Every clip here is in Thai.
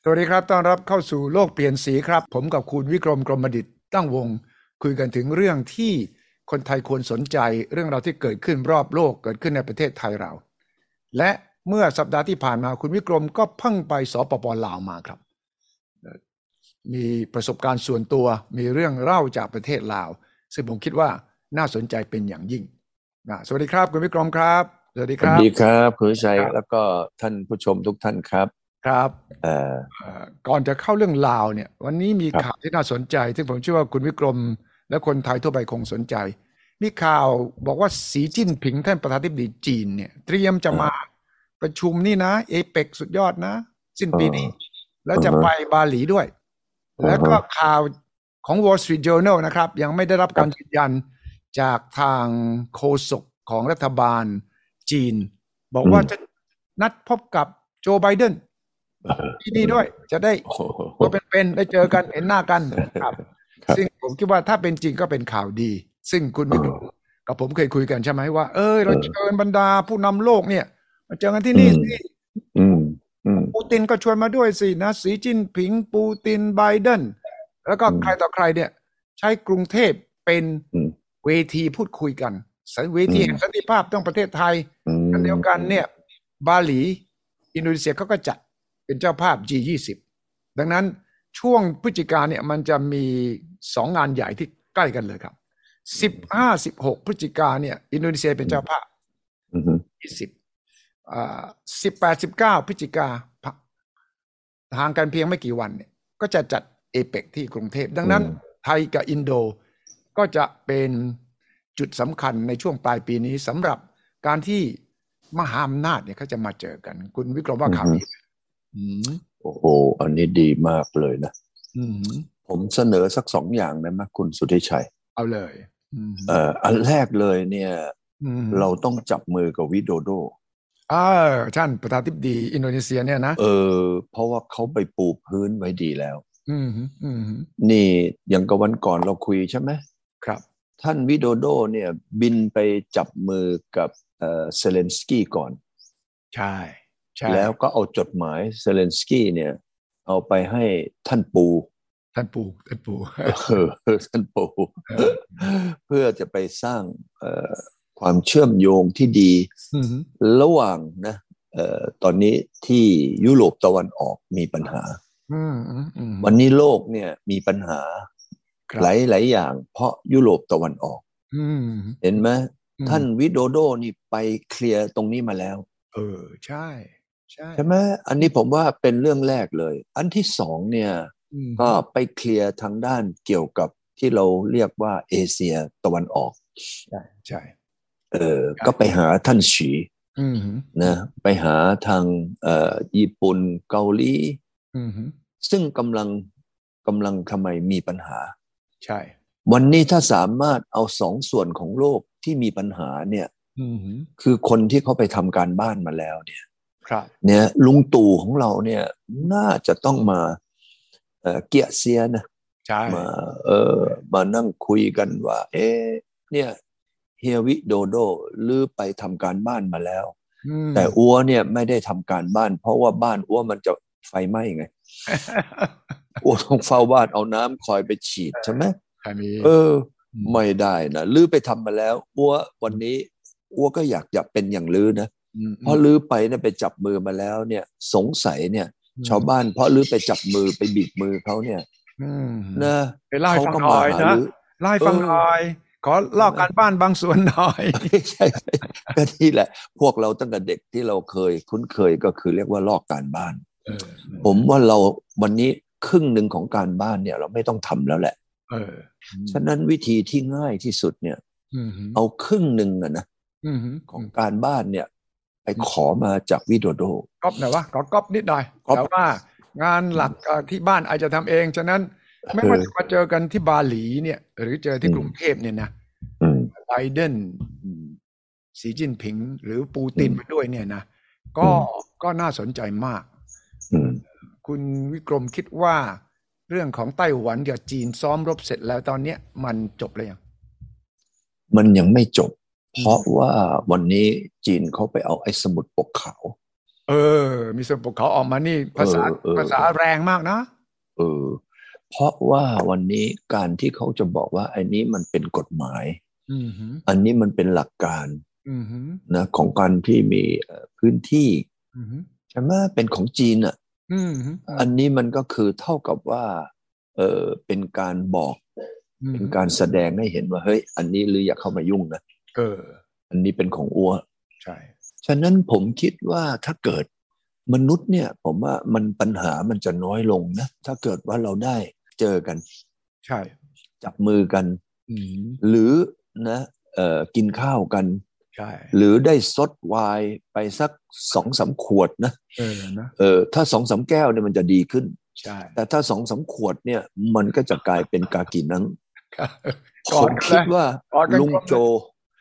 สวัสดีครับ ต้อนรับเข้าสู่โลกเปลี่ยนสีครับ ผมกับคุณวิกรมกรมดิตตั้งวง คุยกันถึงเรื่องที่คนไทยควรสนใจเรื่องราวที่เกิดขึ้นรอบโลกเกิดขึ้นในประเทศไทยเรา และเมื่อสัปดาห์ที่ผ่านมาคุณวิกรมก็เพิ่งไปสปปลาวมาครับเอ่อมีประสบการณ์ส่วนตัวมีเรื่องเล่าจากประเทศลาว ซึ่งผมคิดว่าน่าสนใจเป็นอย่างยิ่งนะสวัสดีครับ คุณวิกรมครับ สวัสดี ส ค วัส รับ ดีครับคุณวิชัย ครับ แล้วก็ท่านผู้ชมทุกท่านครับ ครับ เอ่อ เอ่อก่อนจะเข้าเรื่องลาวเนี่ย วันนี้มี ครับ ข่าวที่น่าสนใจ ซึ่งผมเชื่อว่าคุณวิกรม และคนไทยทั่วไปคงสนใจ มีข่าวบอกว่าสีจิ้นผิงท่านประธานาธิบดีจีนเนี่ย เตรียมจะมาประชุมนี่นะเอเปกสุดยอดนะ สิ้นปีนี้ แล้วจะไปบาหลีด้วย แล้วก็ข่าวของ Wall Street Journal นะครับ ยังไม่ได้รับการยืนยันจากทางโฆษกของรัฐบาลจีน บอกว่า อืม จะนัดพบกับโจไบเดนที่นี่ด้วยจะได้ โอ้โห ตัวเป็นๆได้เจอกันเห็นหน้ากันครับ ครับ ซึ่งผมคิดว่าถ้าเป็นจริงก็เป็นข่าวดี ซึ่งคุณวิกรมกับผมเคยคุยกันใช่ไหมว่า เอยเราเชิญบรรดาผู้นำโลกเนี่ยมาเจอกันที่นี่ อืม สิ อืมอืม ปูตินก็ชวนมาด้วยสินะสีจิ้นผิงปูตินไบเดนแล้วก็ อืม ใครต่อใครเนี่ย ใช้กรุงเทพเป็น อืม เวทีพูดคุยกันสันเวที อืม แห่งสันติภาพต้องประเทศไทย อืม อันเดียวกันเนี่ยบาหลี อินโดนีเซียเขาก็จัดเป็นเจ้าภาพ G20 ดังนั้นช่วงพฤศจิกาเนี่ยมันจะมีสองงานใหญ่ที่ใกล้กันเลยครับ 15 16 พฤศจิกาเนี่ยอินโดนีเซียเป็นเจ้าภาพ อืม 20อ่า18 19 พฤศจิกาพะห่างกันเพียงไม่กี่วันเนี่ยก็จะจัดเอเปกที่กรุงเทพดังนั้น อืม ไทยกับอินโดก็จะเป็นจุดสำคัญในช่วงปลายปีนี้สำหรับการที่มหาอำนาจเนี่ยเขาจะมาเจอกัน คุณวิกรมว่าข่าวดีไหมอืม โอ้โหอันนี้ดีมากเลยนะ อืม ผมเสนอสักสองอย่างได้ไหมคุณสุทธิชัย เอาเลยอืม เอ่ออันแรกเลยเนี่ย ม เราต้องจับมือกับวิโดโด เออท่านประธานาธิบดีอินโดนีเซียเนี่ยนะ เออ เพราะว่าเขาไปปูพื้นไว้ดีแล้ว อืมอืม นี่อย่างกับวันก่อนเราคุยใช่ไหม ครับ ท่านวิโดโดเนี่ยบินไปจับมือกับเอ่อเซเลนสกี้ก่อน ใช่ใช่ แล้วก็เอาจดหมายเซเลนสกี้เนี่ย เอาไปให้ท่านปู ท่านปู่ท่านปู่ เออท่านปู เพื่อจะไปสร้างเอ่อความเชื่อมโยงที่ดี อืม ระหว่างนะเอ่อตอนนี้ที่ยุโรปตะวันออกมีปัญหา อืมอืมอืม วันนี้โลกเนี่ยมีปัญหา ครับ หลายหลายอย่าง เพราะยุโรปตะวันออก อืม เห็นไหม อืม ท่านวิโดโดนี่ไปเคลียร์ตรงนี้มาแล้ว เออใช่ ใช่ ใช่ไหมอันนี้ผมว่าเป็นเรื่องแรกเลย อันที่สองเนี่ย อืม ก็ไปเคลียร์ทางด้านเกี่ยวกับที่เราเรียกว่าเอเชียตะวันออก ใช่ใช่ เออ ครับ ก็ไปหาท่านฉี อืม นะ ไปหาทางเอ่อญี่ปุ่นเกาหลี อืม ซึ่งกำลังกำลังทำไมมีปัญหา ใช่ วันนี้ถ้าสามารถเอาสองส่วนของโลกที่มีปัญหาเนี่ย อืม คือคนที่เขาไปทำการบ้านมาแล้วเนี่ย ครับ เนี่ยลุงตู่ของเราเนี่ยน่าจะต้องมาเอ่อเกียเซียนะ ใช่ มาเออมานั่งคุยกันว่า เอ๊ะเนี่ยเฮียวิโดโดลือไปทำการบ้านมาแล้ว อืม แต่อัวเนี่ยไม่ได้ทำการบ้าน เพราะว่าบ้านอัวมันจะไฟไหม้ ไงอัวต้องเฝ้าบ้านเอาน้ำคอยไปฉีดใช่ไหม ใครมี เออ ไม่ได้นะลือไปทำมาแล้วอัววันนี้อัวก็อยากจะเป็นอย่างลือนะ อืม เพราะลือไปเนี่ยไปจับมือมาแล้วเนี่ยสงสัยเนี่ย ชาวบ้านเพราะลือไปจับมือไปบีบมือเขาเนี่ย อืม นะ ไปเล่าให้ฟังหน่อย ห นะ ลื เล่าให้ฟัง เออ หน่อยขอเล่าการบ้านบางส่วนหน่อย ไม่ใช่ใช่ก็นี่แหละ พวกเราตั้งแต่เด็กที่เราเคย คุ้นเคยก็คือเรียกว่าลอกการบ้าน เออ ผมว่าเราวันนี้ครึ่งหนึ่งของการบ้านเนี่ย เราไม่ต้องทำแล้วแหละ เออ ฉะนั้นวิธีที่ง่ายที่สุดเนี่ย อืม เอาครึ่งหนึ่งอะนะ อืม ของการบ้านเนี่ย ไปขอมาจากวิโดโด ก๊อปหน่อยวะขอก๊อปนิดหน่อย ก๊อป แต่ว่างานหลักเอ่อที่บ้านอาจจะทำเองฉะนั้น ไม่ว่า เออ จะมาเจอกันที่บาหลีเนี่ย หรือเจอที่กรุงเทพเนี่ยนะ อืม ไบเดนอืมสีจิ้นผิง หรือปูติน อืม มาด้วยเนี่ยนะ ก็ อื ก็น่าสนใจมาก อืม คุณวิกรมคิดว่า เรื่องของไต้หวันกับจีนซ้อมรบเสร็จแล้วตอนเนี้ยมันจบหรือยัง มันยังไม่จบ เพราะว่าวันนี้จีนเขาไปเอาไอ้สมุดปกขาว เอ เออ มีส่วนปกเขาออกมานี่ภาษา เออเออ ภาษาแรงมากนะ เออ เพราะว่าวันนี้การที่เขาจะบอกว่าไอ้นี้มันเป็นกฎหมาย อืมหืม อันนี้มันเป็นหลักการ อืมหืม นะของการที่มีเอ่อพื้นที่ อืมหืม ใช่ไหมเป็นของจีนอ่ะ อืมหืม อันนี้มันก็คือเท่ากับว่า เออเป็นการบอก อืม เป็น หืม การแสดงให้เห็นว่าเฮ้ย อันนี้หรืออย่าเข้ามายุ่งนะ เออ อันนี้เป็นของอัว ใช่ ฉะนั้นผมคิดว่าถ้าเกิดมนุษย์เนี่ย ผมว่ามันปัญหามันจะน้อยลงนะ ถ้าเกิดว่าเราได้เจอกัน ใช่ จับมือกัน อืม หรือนะเอ่อกินข้าวกัน ใช่ หรือได้ซดไวน์ไปสักสองสามขวดนะ เออนะ เออถ้าสองสามแก้วเนี่ยมันจะดีขึ้น ใช่ แต่ถ้าสองสามขวดเนี่ย มันก็จะกลายเป็นกากินัง ครับ ผ ก่อน ม กันเลย คิดว่า ก่อนกัน ลุง ก่อนเลย โจ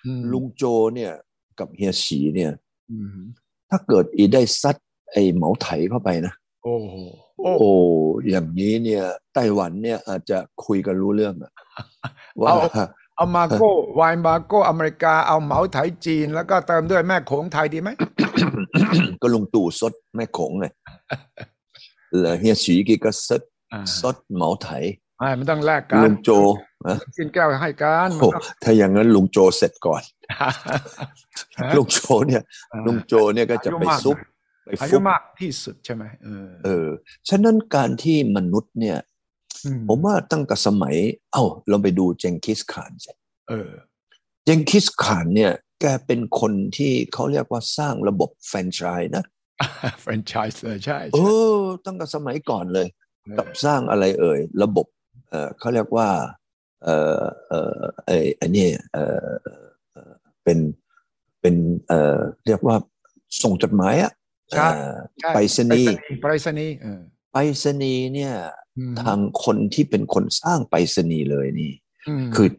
อืม ลุงโจเนี่ยกับเฮียฉีเนี่ย อืมหืม ถ้าเกิดอีได้ซัดไอ้เหมาไถเข้าไปนะ โอ้โหโอ้ โอ้อย่างนี้เนี่ยไต้หวันเนี่ยอาจจะคุยกันรู้เรื่อง อะว่า เอามาโก้ไวน์มาโก้อเมริกาเอาเหมาไถจีน แล้วก็เติมด้วยแม่โขงไทยดีไหม ก็ลุงตู่ซดแม่โขงไง แล้วเฮียฉีกีก็ซด อ่า ซดเหมาไถ ไม่มันต้องแลกกัน ลุงโจนะ กินแก้วให้กัน โอ้ถ้าอย่างนั้นลุงโจเสร็จก่อน ลุงโจเนี่ยลุงโจเนี่ยก็จะไปซุบไป อายุ ฟุบ มากที่สุดใช่ไหมเออ เออฉะนั้นการที่มนุษย์เนี่ย ม ผมว่าตั้งแต่สมัย เอ้าเราไปดูเจงคิสขานสิ เอ อ เจงคิสขานเนี่ย แกเป็นคนที่เขาเรียกว่าสร้างระบบแฟรนไชส์นะ แฟรนไชส์เลยใช่ เอ ใช่ อ ตั้งแต่สมัยก่อนเลย เอ กับ อ สร้างอะไรเอ่ย ระบบ เออเขาเรียกว่า เออเออไอไอนี่เออเอ่อเป็นเป็นเออเรียกว่าส่งจดหมายอะ ใช่ เอ่อ ใช่ ไปรษณีย์ ไปรษณีย์เออ ไปรษณีย์เนี่ย อืม ทางคนที่เป็นคนสร้างไปรษณีย์เลยนี่ ม คือ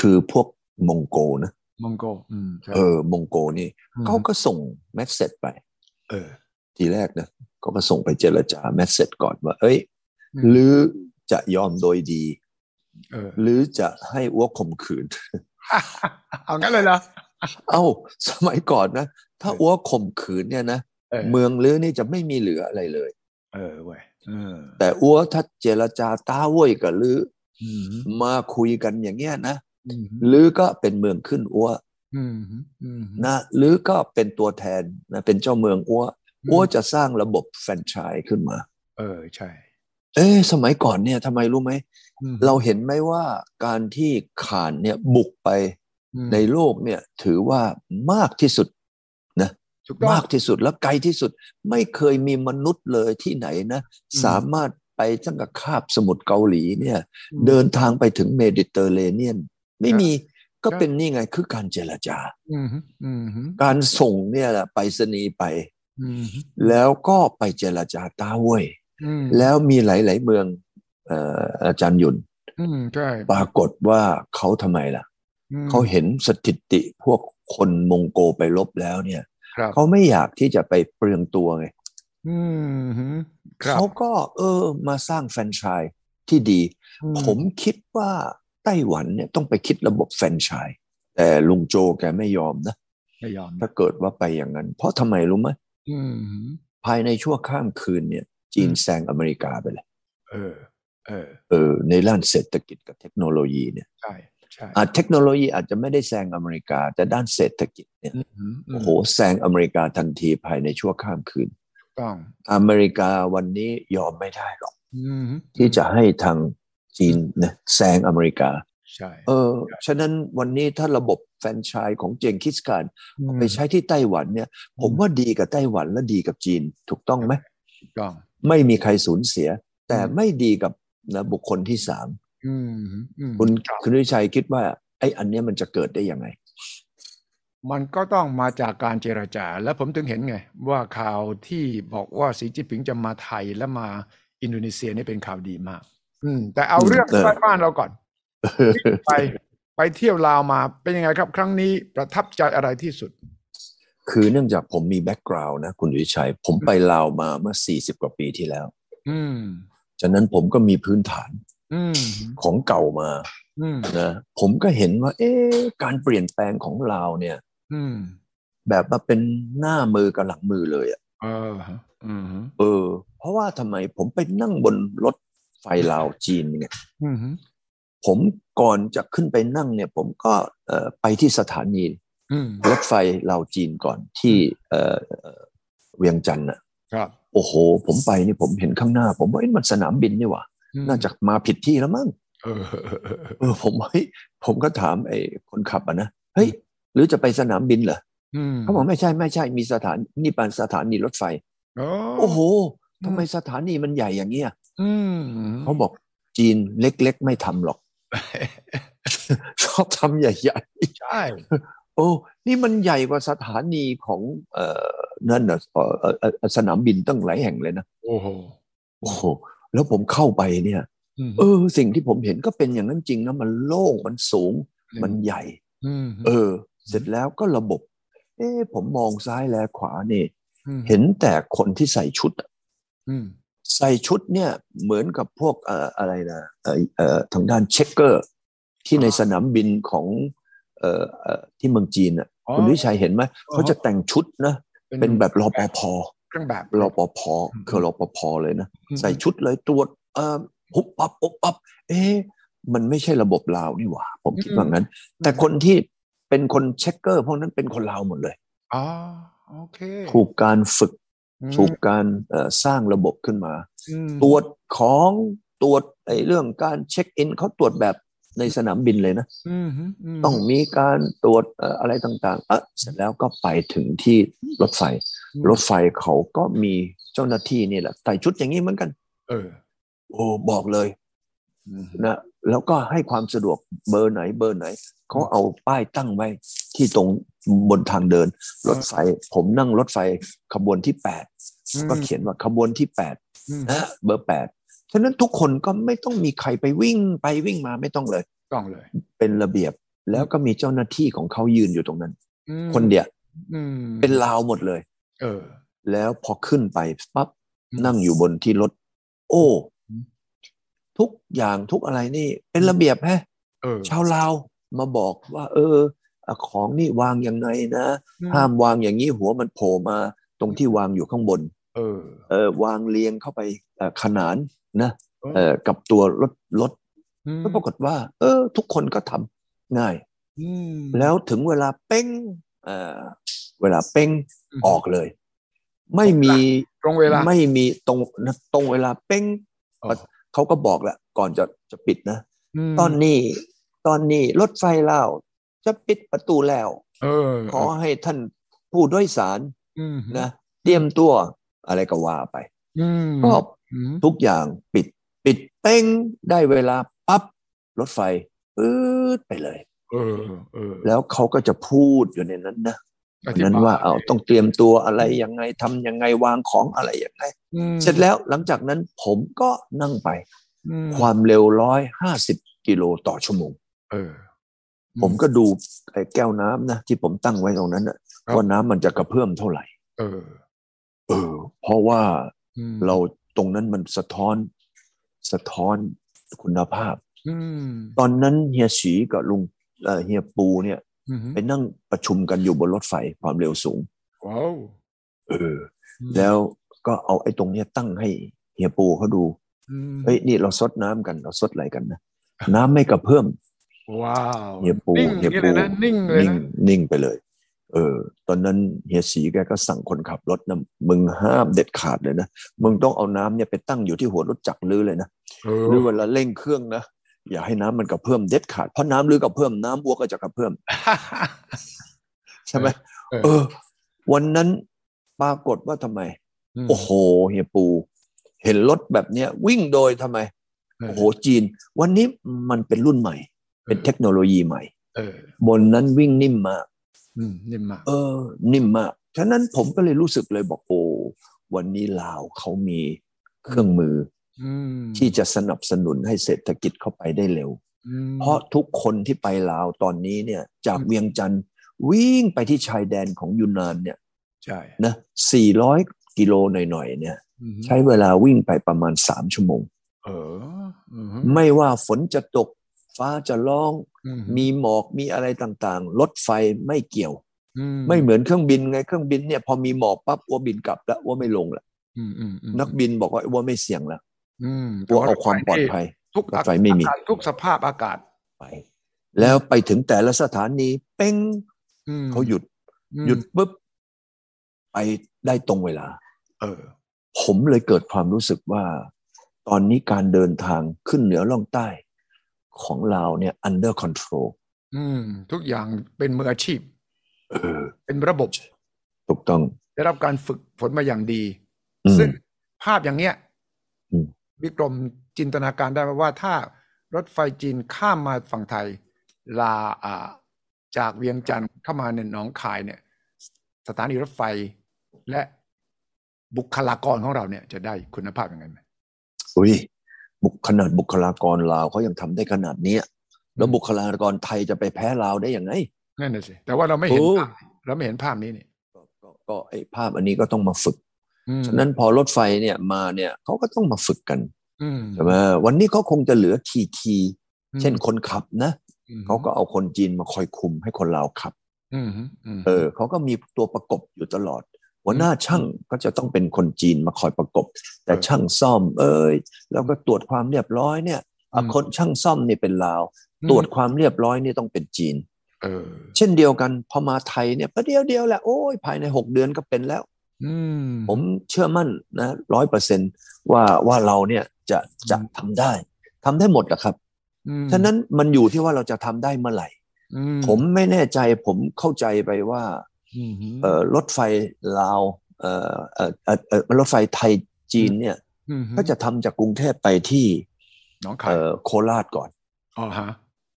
คือพวกมองโกนะ มองโกอืมใช่ เออมองโกนี่ ม เขาก็ส่งแมสเซจไป เออ ทีแรกนะเขาก็ส่งไปเจรจาแมสเซจก่อนว่า เอ้ย อืม หรือจะยอมโดยดี เอ อ หรือจะให้อ้วกข่มขืน เอางั้นเลยเหรอ เอ้า สมัยก่อนนะ ถ้าอ้วกข่มขืนเนี่ยนะ เออ เมืองลือนี่จะไม่มีเหลืออะไรเลย เออเว้ยเออ แต่อ้วถ้าเจรจาต้าเว้ยกับลือ อืม มาคุยกันอย่างเงี้ยนะ อืม ลือก็เป็นเมืองขึ้นอ้ว อืมอืม นะลือก็เป็นตัวแทนนะเป็นเจ้าเมืองอ้ว อ้วจะสร้างระบบแฟรนไชส์ขึ้นมา เออใช่ เอ๊ะสมัยก่อนเนี่ยทำไมรู้ไหม อืม เราเห็นไหมว่าการที่ข่านเนี่ยบุกไป อืม ในโลกเนี่ยถือว่ามากที่สุดนะ ถูกต้อง มากที่สุดและไกลที่สุด ไม่เคยมีมนุษย์เลยที่ไหนนะ อืม สามารถไปตั้งแต่คาบสมุทรเกาหลีเนี่ย เดินทางไปถึงเมดิเตอร์เรเนียน ไม่มีก็เป็นนี่ไงคือการเจรจา อืมอืมอืม การส่งเนี่ยแหละไปรษณีย์ไป อืม แล้วก็ไปเจรจาต้าเว่ย อืม แล้วมีหลาย ๆ เมืองเอ่ออาจารย์หยุน อืมใช่ ปรากฏว่าเขาทำไมล่ะ อืม เขาเห็นสถิติพวกคนมองโกไปลบแล้วเนี่ย ครับ เขาไม่อยากที่จะไปเปลืองตัวไง อืมครับ เขาก็เออมาสร้างแฟรนไชส์ที่ดี อื ผมคิดว่าไต้หวันเนี่ยต้องไปคิดระบบแฟรนไชส์แต่ลุงโจแกไม่ยอมนะ ไม่ยอม ถ้าเกิดว่าไปอย่างนั้น เพราะทำไมรู้ไหม อืม ภายในชั่วข้ามคืนเนี่ย จีน อืม แซงอเมริกาไปเลย เออ เออ เออในด้านเศรษฐกิจกับเทคโนโลยีเนี่ย ใช่ใช่ อาจเทคโนโลยีอาจจะไม่ได้แซงอเมริกา แต่ด้านเศรษฐกิจเนี่ย อืมม โอ้โหแซงอเมริกาทันทีภายในชั่วข้ามคืน ถูกต้อง อเมริกาวันนี้ยอมไม่ได้หรอก อืม ที่จะให้ทางจีนนะแซงอเมริกา ใช่ เออ ฉะนั้นวันนี้ถ้าระบบแฟรนไชส์ของเจงคิสการ ม ไปใช้ที่ไต้หวันเนี่ย ผมว่าดีกับไต้หวันและดีกับจีนถูกต้องไหม ถูกต้อง ไม่มีใครสูญเสีย แต่ อืม ไม่ดีกับนะบุคคลที่สาม อืมอืม คุณ ครับ คุณวิชัยคิดว่าไอ้อันเนี้ยมันจะเกิดได้ ยังไง มันก็ต้องมาจากการเจรจา แล้วผมถึงเห็นไง ว่าข่าวที่บอกว่าสีจิ้นผิงจะมาไทยและมาอินโดนีเซียนี่เป็นข่าวดีมาก อืม แต่เอาเรื่อง เออ บ้านเราก่อน ไปไปเที่ยวลาวมาเป็นยังไงครับ ครั้งนี้ประทับใจอะไรที่สุด คือเนื่องจากผมมีแบ็กกราวน์นะ คุณวิชัย ผมไปลาวมาเมื่อ 40 กว่าปีที่แล้ว อืม ฉะนั้นผมก็มีพื้นฐาน อืม ของเก่ามา อืม นะผมก็เห็นว่า เอ๊ะการเปลี่ยนแปลงของลาวเนี่ย อืม แบบว่าเป็นหน้ามือกับหลังมือเลยอะ เออฮะอืมฮึ เออ เพราะว่าทำไมผมไปนั่งบนรถไฟลาวจีนเนี่ย อืมฮึ ผมก่อนจะขึ้นไปนั่งเนี่ย ผมก็เอ่อไปที่สถานี อืม รถไฟลาวจีนก่อนที่เอ่อเอ่อเวียงจันทร์น่ะ ครับ โอ้โห ผมไปนี่ผมเห็นข้างหน้า ผมว่าเอ๊ะมันสนามบินนี่หว่า อืม น่าจะมาผิดที่แล้วมั้ง เออเออเออเออเออ เออผมเฮ้ยผมก็ถามไอ้คนขับอ่ะนะเฮ้ยหรือจะไปสนามบินเหรอ อืม เขาบอกไม่ใช่ไม่ใช่มีสถานนี่เป็นสถานีรถไฟ โอ้ โอ้โหทำไมสถานีมันใหญ่อย่างเงี้ย อืม เขาบอกจีนเล็ก ๆ ไม่ทำห รอก ชอบทำใหญ่ ใช่ ๆโอ้นี่มันใหญ่กว่าสถานีของเอ่อนั่นน่ะเอ่อเอ่อเอ่อสนามบินตั้งหลายแห่งเลยนะ โอ้โห โอ้โหแล้วผมเข้าไปเนี่ย อืม เออ สิ่งที่ผมเห็นก็เป็นอย่างนั้นจริงนะมันโล่งมันสูงมันใหญ่ อืม เออ เสร็จแล้วก็ระบบ เอ๊ะผมมองซ้ายแลขวาเนี่ย ม เห็นแต่คนที่ใส่ชุดอะ อืม ใส่ชุดเนี่ยเหมือนกับพวกเอ่ออะไรนะเอ่อเอ่อทางด้านเช็คเกอร์ ที่ในสนามบินของเอ่อเอ่อที่เมืองจีนอ่ะ อ๋อ คุณวิชัยเห็นไหมเขาจะแต่งชุดนะเป็นแบบรปภ เครื่องแบบ รปภคือรปภเลยนะ อืม ใส่ชุดเลยตรวจเอ่อฮุบปับฮุบปับ เอ๊ะมันไม่ใช่ระบบลาวนี่หว่า ผมคิดว่างั้น แต่คนที่เป็นคนเช็คเกอร์พวกนั้นเป็นคนลาวหมดเลย อ๋อโอเค ถูกการฝึก อืม ถูกการเอ่อสร้างระบบขึ้นมา อืม ตรวจของตรวจไอ้เรื่องการเช็คอินเขาตรวจแบบในสนามบินเลยนะ อืมฮึม ต้องมีการตรวจเอ่ออะไรต่างๆเอะเสร็จแล้วก็ไปถึงที่รถไฟ รถไฟเขาก็มีเจ้าหน้าที่นี่แหละใส่ชุดอย่างนี้เหมือนกัน เออ โอ้บอกเลย อืม นะแล้วก็ให้ความสะดวกเบอร์ไหนเบอร์ไหนเขาเอาป้ายตั้งไว้ที่ตรงบนทางเดิน รถไฟ ผมนั่งรถไฟขบวนที่แปดก็เขียนว่าขบวนที่แปด อืม นะเบอร์แปดฉะนั้นทุกคนก็ไม่ต้องมีใครไปวิ่งไปวิ่งมาไม่ต้องเลย ต้องเลย เป็นระเบียบแล้วก็มีเจ้าหน้าที่ของเขายืนอยู่ตรงนั้น อืม คนเดียว อืม เป็นลาวหมดเลย เออ แล้วพอขึ้นไปปั๊บ อืม นั่งอยู่บนที่รถ โอ้ อืม ทุกอย่างทุกอะไรนี่ เป็นระเบียบแฮะ เออ ชาวลาวมาบอกว่า เอออ่ะของนี่วางยังไงนะ ห้ามวางอย่างนี้หัวมันโผล่มา ตรงที่วางอยู่ข้างบน เออ เออวางเรียงเข้าไปเอ่อขนานนะ เออ เออกับตัวรถรถ อืม ก็ปรากฏว่า เออ ทุกคนก็ทำง่าย อืม แล้วถึงเวลาเป้งเออเวลาเป้งออกเลย ไม่มี ตรงเวลา ไม่มีตรงตรงเวลาเป้ง อ๋อ เขาก็บอกแล้วก่อนจะจะปิดนะ ม ตอนนี้ตอนนี้รถไฟลาวจะปิดประตูแล้ว เออ ขอให้ท่านผู้โดยสาร ม นะเตรียมตัวอะไรก็ว่าไป อืม ก็ อืม ทุกอย่างปิดปิดเป้งได้เวลาปั๊บรถไฟปื๊ดไปเลย เออเออ แล้วเขาก็จะพูดอยู่ในนั้นนะ อธิบย นั้นว่าเอาต้องเตรียมตัวอะไรยังไงทำยังไงวางของอะไรยังไง อืม เสร็จแล้วหลังจากนั้นผมก็นั่งไป อืม ความเร็วร้อยห้าสิบกิโลต่อชั่วโมง เออ ผมก็ดูไอ้แก้วน้ำนะที่ผมตั้งไว้ตรงนั้นนะครับ ว่าน้ำมันจะกระเพื่อมเท่าไหร่ เออ เออ เพราะว่า อืม เราตรงนั้นมันสะท้อนสะท้อนคุณภาพ อืม ตอนนั้นเฮียฉีกับลุงเอ่อเฮียปูเนี่ย อืม ไปนั่งประชุมกันอยู่บนรถไฟความเร็วสูง ว้าว เออ แล้วก็เอาไอ้ตรงเนี้ยตั้งให้เฮียปูเขาดู อืม เฮ้ยนี่เราซดน้ำกันเราซดอะไรกันนะน้ำไม่กระเพื่อม ว้าว เฮียปู นิ่ง เฮีย เล ปู ยนะนิ่งเลย นิ่ง นะ นิ่งไปเลย เออ ตอนนั้นเฮียสีแกก็สั่งคนขับรถนะมึงห้ามเด็ดขาดเลยนะ มึงต้องเอาน้ำเนี่ยไปตั้งอยู่ที่หัวรถจักรลือเลยนะ เออ หรือเวลาเร่งเครื่องนะ อย่าให้น้ำมันกระเพื่อมเด็ดขาด เพราะน้ำลือกระเพื่อมน้ำบัวก็จะกระเพื่อมใช่ไหมเออ วันนั้นปรากฏว่าทำไม ม โอ้โหเฮียปู เห็นรถแบบเนี้ยวิ่งโดยทำไม โอ้โหจีน วันนี้มันเป็นรุ่นใหม่ เป็นเทคโนโลยีใหม่ เออบ นนั้นวิ่งนิ่มมาก อืมนิ่มมาก เออ นิ่มมาก ฉะนั้นผมก็เลยรู้สึกเลยบอกโอ้วันนี้ลาวเขามีเครื่องมือ อืม อที่จะสนับสนุนให้เศรษฐกิจเข้าไปได้เร็ว อืม เพราะทุกคนที่ไปลาวตอนนี้เนี่ย จาก อืม เวียงจันทร์วิ่งไปที่ชายแดนของยูนนานเนี่ย ใช่ นะ400 กิโลหน่อยๆเนี่ย อืม ใช้เวลาวิ่งไปประมาณ 3 ชั่วโมง เอออืม ไม่ว่าฝนจะตกฟ้าจะร้อง อื มีหมอกมีอะไรต่างๆ รถไฟไม่เกี่ยว อื ไม่เหมือนเครื่องบินไงเครื่องบินเนี่ยพอมีหมอกปั๊บอัวบินกลับแล้วอัวไม่ลงละ อืมอืมอืม นักบินบอกว่าอัวไม่เสี่ยงละ อืม อัวเอาความปลอดภัย ทุกอาร ถไฟไม่มี อากาศทุกสภาพอากาศ ไป แล้วไปถึงแต่ละสถานีเป้ง อืม เขาหยุด อืม หยุดปุ๊บไปได้ตรงเวลา เออ ผมเลยเกิดความรู้สึกว่า ตอนนี้การเดินทางขึ้นเหนือล่องใต้ของเราวเนี่ย under control อืม ทุกอย่างเป็นมืออาชีพ เออ เป็นระบบ ถูกต้อง ได้รับการฝึกฝนมาอย่างดี อืม ซึ่งภาพอย่างเนี้ย อืม วิกรมจินตนาการได้ไหมว่าถ้ารถไฟจีนข้ามมาฝั่งไทย ลาอ่าจากเวียงจันทร์เข้ามาในหนองคายเนี่ย สถานีรถไฟและบุคลากรของเราเนี่ย จะได้คุณภาพยังไงไหม อุ้ยบุคขนาดบุคลากรลาวเขายังทำได้ขนาดเนี้ยแล้วบุคลากรไทยจะไปแพ้ลาวได้ยังไง นั่นน่ะสิแต่ว่าเราไม่เห็น โอ้ ภาพเราไม่เห็นภาพนี้นี่ ก็ก็ก็ไอ้ภาพอันนี้ก็ต้องมาฝึก อืม ฉะนั้นพอรถไฟเนี่ยมาเนี่ยเขาก็ต้องมาฝึกกัน อืม ใช่ไหมวันนี้เขาคงจะเหลือทีที อืม เช่นคนขับนะ อืม เขาก็เอาคนจีนมาคอยคุมให้คนลาวขับ อืมอืม เออเขาก็มีตัวประกบอยู่ตลอด หัวหน้าช่างก็จะต้องเป็นคนจีนมาคอยประกบ แต่ เออ ช่างซ่อม เอ้ยแล้วก็ตรวจความเรียบร้อยเนี่ยอ่ะ อืม คนช่างซ่อมนี่เป็นลาว ตรวจความเรียบร้อยนี่ต้องเป็นจีน เออ เช่นเดียวกันพอมาไทยเนี่ยประเดียวเดียวแหละโอ้ยภายในหกเดือนก็เป็นแล้ว อืม ผมเชื่อมั่นนะร้อยเปอร์เซนว่าว่าเราเนี่ยจะจะทำได้ทำได้หมดอะครับ อืม ฉะนั้นมันอยู่ที่ว่าเราจะทำได้เมื่อไหร่ อื ผมไม่แน่ใจผมเข้าใจไปว่า อืม เอ่อรถไฟลาวเอ่อเอ่อเอ่อเอ่อรถไฟไทยจีนเนี่ย อืมฮึ ก็จะทำจากกรุงเทพไปที่ หน้องคาย เอ่อโคราชก่อน อ๋อฮะ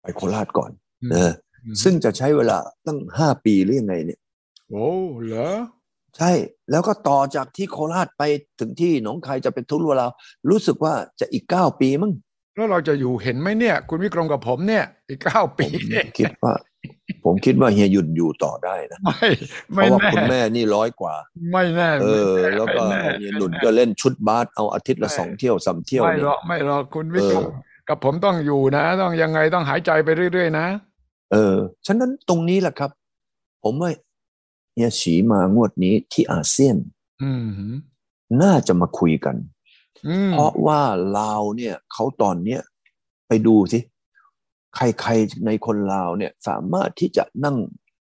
ไปโคราชก่อน อืม เออ อืม ซึ่งจะใช้เวลาตั้งห้าปีหรือยังไงเนี่ย โอ้เหรอ ใช่แล้วก็ต่อจากที่โคราชไปถึงที่หนองคายจะเป็นทุนเราวรู้สึกว่าจะอีกเก้าปีมั้ง แล้วเราจะอยู่เห็นไหมเนี่ย คุณวิกรมกับผมเนี่ย อีกเก้า ผ ปี มคิดว่า ผมคิดว่าเฮียหยุ่นอยู่ต่อได้นะ ไม่ไม่เพราะว่า แน่ คุณแม่นี่ร้อยกว่า ไม่แน่ เออ ไม่น่ แล้วก็ ไม่น่ เฮียหนุ่นก็เล่นชุดบาสเอาอาทิตย์ละสองเที่ยวสามเที่ยว ไม่ เนี่ย หรอกไม่หรอกคุณวิกรม เออ กับผมต้องอยู่นะ ต้องยังไงต้องหายใจไปเรื่อยๆนะ เออ ฉะนั้นตรงนี้แหละครับ ผมว่าเฮียฉีมางวดนี้ที่อาเซียน อืมฮึ น่าจะมาคุยกัน อืม เพราะว่าลาวเนี่ยเขาตอนเนี้ยไปดูสิใครๆในคนลาวเนี่ยสามารถที่จะนั่ง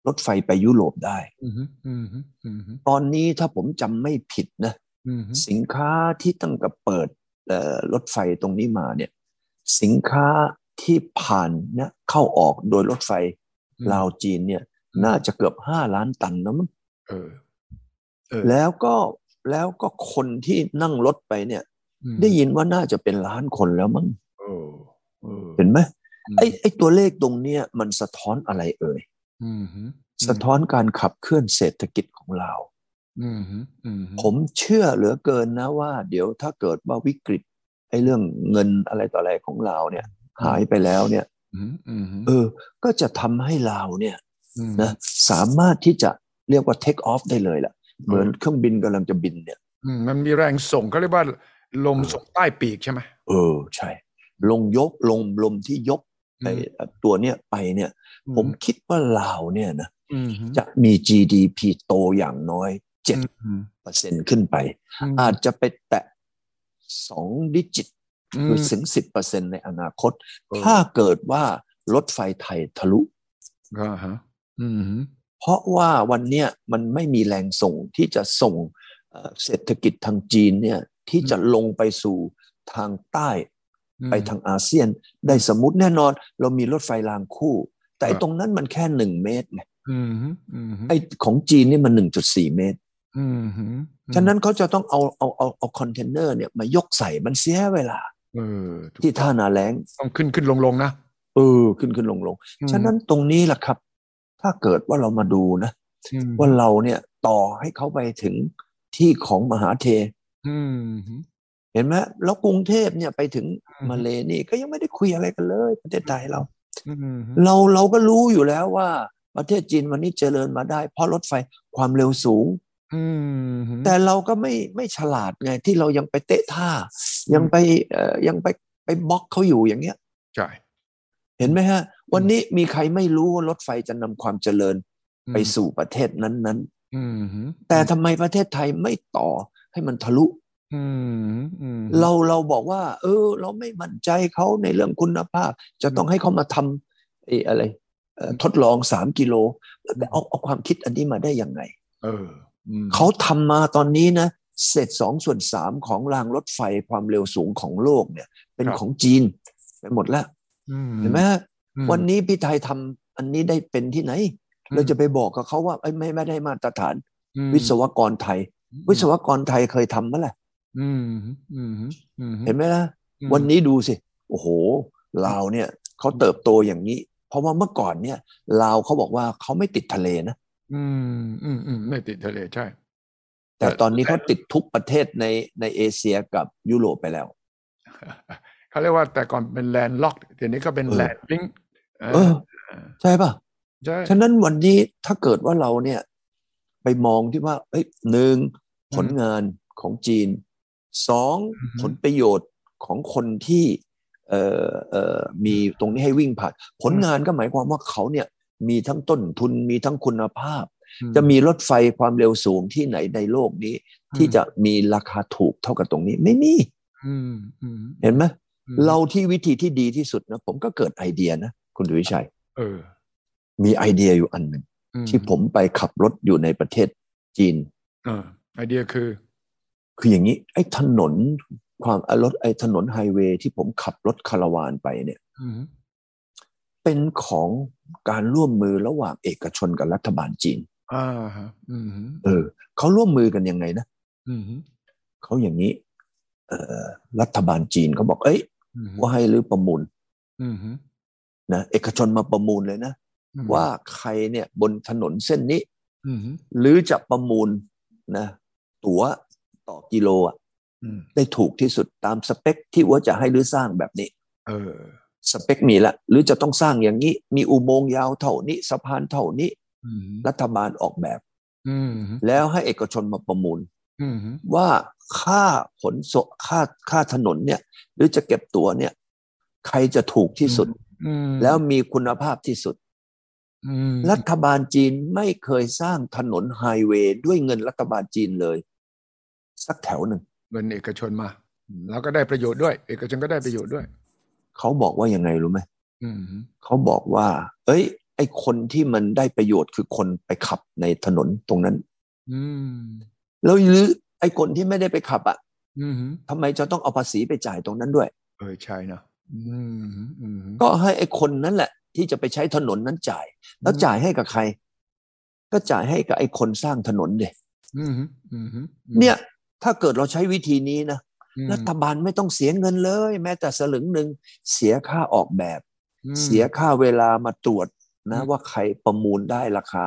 รถไฟไปยุโรปได้ อืมฮึอืมฮึอืมฮึ ตอนนี้ถ้าผมจำไม่ผิดนะ อืมฮึ สินค้าที่ตั้งกับเปิดเอ่อรถไฟตรงนี้มาเนี่ย สินค้าที่ผ่านนะเข้าออกโดยรถไฟลาวจีนเนี่ย น่าจะเกือบห้าล้านตันนะมั้ง เออ เออ แล้วก็แล้วก็คนที่นั่งรถไปเนี่ย อืม ได้ยินว่าน่าจะเป็นล้านคนแล้วมั้ง เออเออ เห็นไหมไอ้ ม ไอ้ตัวเลขตรงเนี้ยมันสะท้อนอะไรเอ่ย อืมฮึ สะท้อนการขับเคลื่อนเศรษฐกิจของเรา อืมฮึอืมฮึ ผมเชื่อเหลือเกินนะว่า เดี๋ยวถ้าเกิดว่าวิกฤตไอ้เรื่องเงินอะไรต่ออะไรของเราเนี่ย หายไปแล้วเนี่ย อืมฮึอืมฮึ เออ ก็จะทำให้เราเนี่ย อืม นะสามารถที่จะเรียกว่า take off ได้เลยล่ะเหมือนเครื่องบินกำลังจะบินเนี่ย อืมมันมีแรงส่งเขาเรียกว่าลม เออ ส่งใต้ปีกใช่ไหม เออใช่ ลงยกลงลมที่ยกไอ้ตัวเนี้ยไปเนี่ย อื ผมคิดว่าลาวเนี่ยนะ อืม จะมี GDP โตอย่างน้อย อืม เปอร์เซ็นต์ขึ้นไป อาจจะไปแตะสองดิจิต ม คือถึงสิบเปอร์เซ็นในอนาคต เออ ถ้าเกิดว่ารถไฟไทยทะลุ อ่าฮะอืม เพราะว่าวันเนี้ยมันไม่มีแรงส่งที่จะส่งเอ่อเศรษฐกิจทางจีนเนี่ยที่จะลงไปสู่ทางใต้ ไปทางอาเซียนได้สมมติแน่นอน เรามีรถไฟรางคู่ แต่ไอ้ตรงนั้นมันแค่หนึ่งเมตรไง อืมอืม ไอ้ของจีนเนี่ยมันหนึ่งจุดสี่เมตร อืมอืม ฉะนั้นเขาจะต้องเอาเอาเอาเอาคอนเทนเนอร์เนี่ยมายกใส่มันเสียเวลา เออถูก ที่ท่านาแล้ง ต้องขึ้นขึ้นลงลงนะ เออขึ้นขึ้นลงลง อืม ฉะนั้นตรงนี้แหละครับ ถ้าเกิดว่าเรามาดูนะ อืม ว่าเราเนี่ยต่อให้เขาไปถึงที่ของมหาเท อืม เห็นไหมแล้วกรุงเทพเนี่ยไปถึงมาเลนี่ก็ยังไม่ได้คุยอะไรกันเลยประเทศไทยเรา อืม เราเราก็รู้อยู่แล้วว่าประเทศจีนวันนี้เจริญมาได้ เพราะรถไฟความเร็วสูง อืม แต่เราก็ไม่ไม่ฉลาดไงที่เรายังไปเตะท่า ยังไปเอ่อยังไปไปบล็อกเขาอยู่อย่างเงี้ย ใช่ เห็นไหมฮะ วันนี้มีใครไม่รู้ว่ารถไฟจะนำความเจริญ อืม ไปสู่ประเทศนั้น อืมฮึ ๆ แต่ทำไมประเทศไทยไม่ต่อให้มันทะลุ อืมอืม เราเราบอกว่า เออ เราไม่มั่นใจเขาในเรื่องคุณภาพ จะต้องให้เขามาทำไอ้อะไรเอ่อทดลองสามกิโล ม เอาเอาความคิดอันนี้มาได้ยังไง เอออืม เขาทำมาตอนนี้นะเศษสองส่วนสามของรางรถไฟความเร็วสูงของโลกเนี่ย เป็นของจีนไปหมดแล้ว อื เห็นไหมฮะ อืม วันนี้พี่ไทยทำอันนี้ได้เป็นที่ไหน เราจะไปบอกกับเขาว่าเอ้ยไม่ไม่ได้มาตรฐาน อืม วิศวกรไทย วิศวกรไทยเคยทำมั้ยล่ะ อืมอืมอืม เห็นไหมล่ะ อืม วันนี้ดูสิ โอ้โห ลาวเนี่ยเขาเติบโตอย่างนี้ เพราะว่าเมื่อก่อนเนี่ยลาวเขาบอกว่าเขาไม่ติดทะเลนะ อืมอืมอืมไม่ติดทะเลใช่ แต่ แต่ ตอนนี้เขาติดทุกประเทศในในเอเชียกับยุโรปไปแล้ว เขาเรียกว่าแต่ก่อนเป็นแลนด์ล็อกเดี๋ยวนี้ก็เป็น เออ แลนด์ลิง เออ ใช่ป่ะ ใช่ ฉะนั้นวันนี้ถ้าเกิดว่าเราเนี่ยไปมองที่ว่าเอ้ยหนึ่ง อืม ผลงานของจีนสอง อือฮึ ผลประโยชน์ของคนที่เอ่อเอ่อมีตรงนี้ให้วิ่งผ่าน ผลงานก็หมายความว่าเขาเนี่ยมีทั้งต้นทุนมีทั้งคุณภาพ จะมีรถไฟความเร็วสูงที่ไหนในโลกนี้ ที่จะมีราคาถูกเท่ากับตรงนี้ไม่มี อืมอืม เห็นไหม อืม เราที่วิธีที่ดีที่สุดนะผมก็เกิดไอเดียนะคุณดุวิชัย เออ มีไอเดียอยู่อันหนึ่ง อื ที่ผมไปขับรถอยู่ในประเทศจีน เออไอเดียคือ คืออย่างนี้ไอ้ถนนความเอ่อรถไอ้ถนนไฮเวย์ที่ผมขับรถคาราวานไปเนี่ย อืม เป็นของการร่วมมือระหว่างเอกชนกับรัฐบาลจีน อ่าฮะอืม เออเขาร่วมมือกันยังไงนะ อืม เขาอย่างนี้เออรัฐบาลจีนเขาบอกเอ้ย อืม ว่าให้หรือประมูล อืม นะเอกชนมาประมูลเลยนะ ว่าใครเนี่ยบนถนนเส้นนี้ อืม หรือจะประมูลนะตั๋วต่อกิโลอะ อืม ได้ถูกที่สุดตามสเปคที่ว่าจะให้หรือสร้างแบบนี้ เออ สเปคมีละหรือจะต้องสร้างอย่างนี้ มีอุโมงค์ยาวเท่านี้สะพานเท่านี้ อืม รัฐบาลออกแบบ อืม แล้วให้เอกชนมาประมูล อืม ว่าค่าขนส่งค่าค่าถนนเนี่ยหรือจะเก็บตั๋วเนี่ย ใครจะถูกที่สุด อืม แล้วมีคุณภาพที่สุด อืม รัฐบาลจีนไม่เคยสร้างถนนไฮเวย์ด้วยเงินรัฐบาลจีนเลย สักแถวหนึ่ง เงินเอกชนมาอืมแล้วก็ได้ประโยชน์ด้วย เอกชนก็ได้ประโยชน์ด้วย เขาบอกว่ายังไงรู้ไหม อืม เขาบอกว่า เอ้ย ไอคนที่มันได้ประโยชน์คือคนไปขับในถนนตรงนั้น อืม แล้วหรือไอคนที่ไม่ได้ไปขับอะ อืม ทำไมจะต้องเอาภาษีไปจ่ายตรงนั้นด้วย เออใช่เนอะอืมอืม ก็ให้ไอคนนั้นแหละ ที่จะไปใช้ถนนนั้นจ่าย แล้วจ่ายให้กับใคร ก็จ่ายให้กับไอคนสร้างถนนเดย อืมอืมอืม เนี่ย ถ้าเกิดเราใช้วิธีนี้นะ อืม รัฐบาลไม่ต้องเสียเงินเลย แม้แต่สลึงหนึ่งเสียค่าออกแบบ อืม เสียค่าเวลามาตรวจนะ อืม ว่าใครประมูลได้ราคา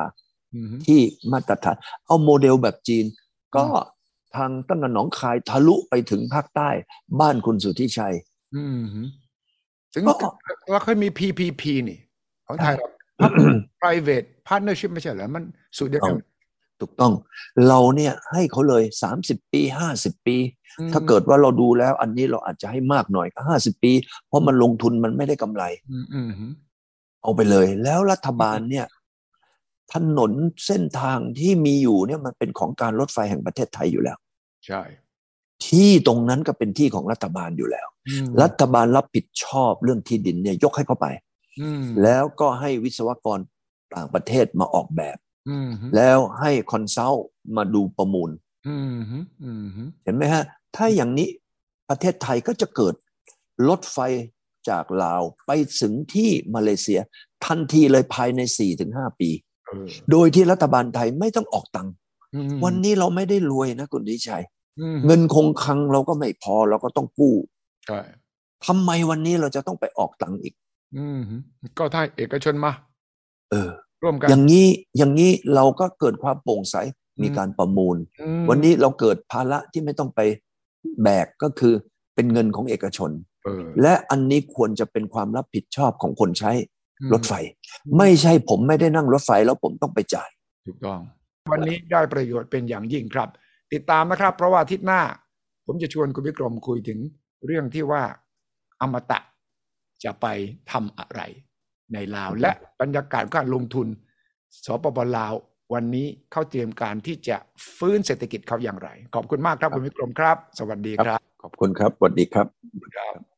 อืม ที่มาตรฐานเอาโมเดลแบบจีน ก็ อืม ทางตั้งแต่หนองคายทะลุไปถึงภาคใต้บ้านคุณสุทธิชัย อืมถึง ก็ เราเคยมี PPP นี่ ของไทยเรา private partnership ไม่ใช่เหรอ มันสูตรเดียวกัน ถูกต้อง เราเนี่ยให้เขาเลย 30 ปี 50 ปี อืม ถ้าเกิดว่าเราดูแล้วอันนี้เราอาจจะให้มากหน่อยก็50 ปี เพราะมันลงทุนมันไม่ได้กำไร อืมอืม เอาไปเลย แล้วรัฐบาลเนี่ยถนนเส้นทางที่มีอยู่เนี่ยมันเป็นของการรถไฟแห่งประเทศไทยอยู่แล้ว ใช่ ที่ตรงนั้นก็เป็นที่ของรัฐบาลอยู่แล้ว อืม รัฐบาลรับผิดชอบเรื่องที่ดินเนี่ยยกให้เขาไป อืม แล้วก็ให้วิศวกรต่างประเทศมาออกแบบ อืม แล้วให้คอนซัลท์มาดูประมูล อืมอืม เห็นไหมฮะ ถ้าอย่างนี้ประเทศไทยก็จะเกิดรถไฟจากลาวไปถึงที่มาเลเซีย ทันทีเลยภายใน 4-5 ปี เออ โดยที่รัฐบาลไทยไม่ต้องออกตังค์ อืม วันนี้เราไม่ได้รวยนะคุณดิชัย อืม เงินคงคลังเราก็ไม่พอเราก็ต้องกู้ ใช่ ทำไมวันนี้เราจะต้องไปออกตังค์อีก อืมก็ถ้าเอกชนมา เออ ร่วมกัน อย่างนี้อย่างนี้เราก็เกิดความโปร่งใสมีการประมูล อืม วันนี้เราเกิดภาระที่ไม่ต้องไปแบกก็คือเป็นเงินของเอกชน เออ และอันนี้ควรจะเป็นความรับผิดชอบของคนใช้ อืม รถไฟ ไม่ใช่ผมไม่ได้นั่งรถไฟแล้วผมต้องไปจ่าย ถูกต้อง วันนี้ได้ประโยชน์เป็นอย่างยิ่งครับ ติดตามนะครับ เพราะว่าอาทิตย์หน้า ผมจะชวนคุณวิกรมคุยถึงเรื่องที่ว่าอมตะจะไปทำอะไรในลาวและบรรยากาศการลงทุน สปปลาววันนี้เขาเตรียมการที่จะฟื้นเศรษฐกิจเขาอย่างไร ขอบคุณมากครับคุณวิกรมครับ สวัสดีครับ ขอบคุณครับสวัสดีครับ ครับ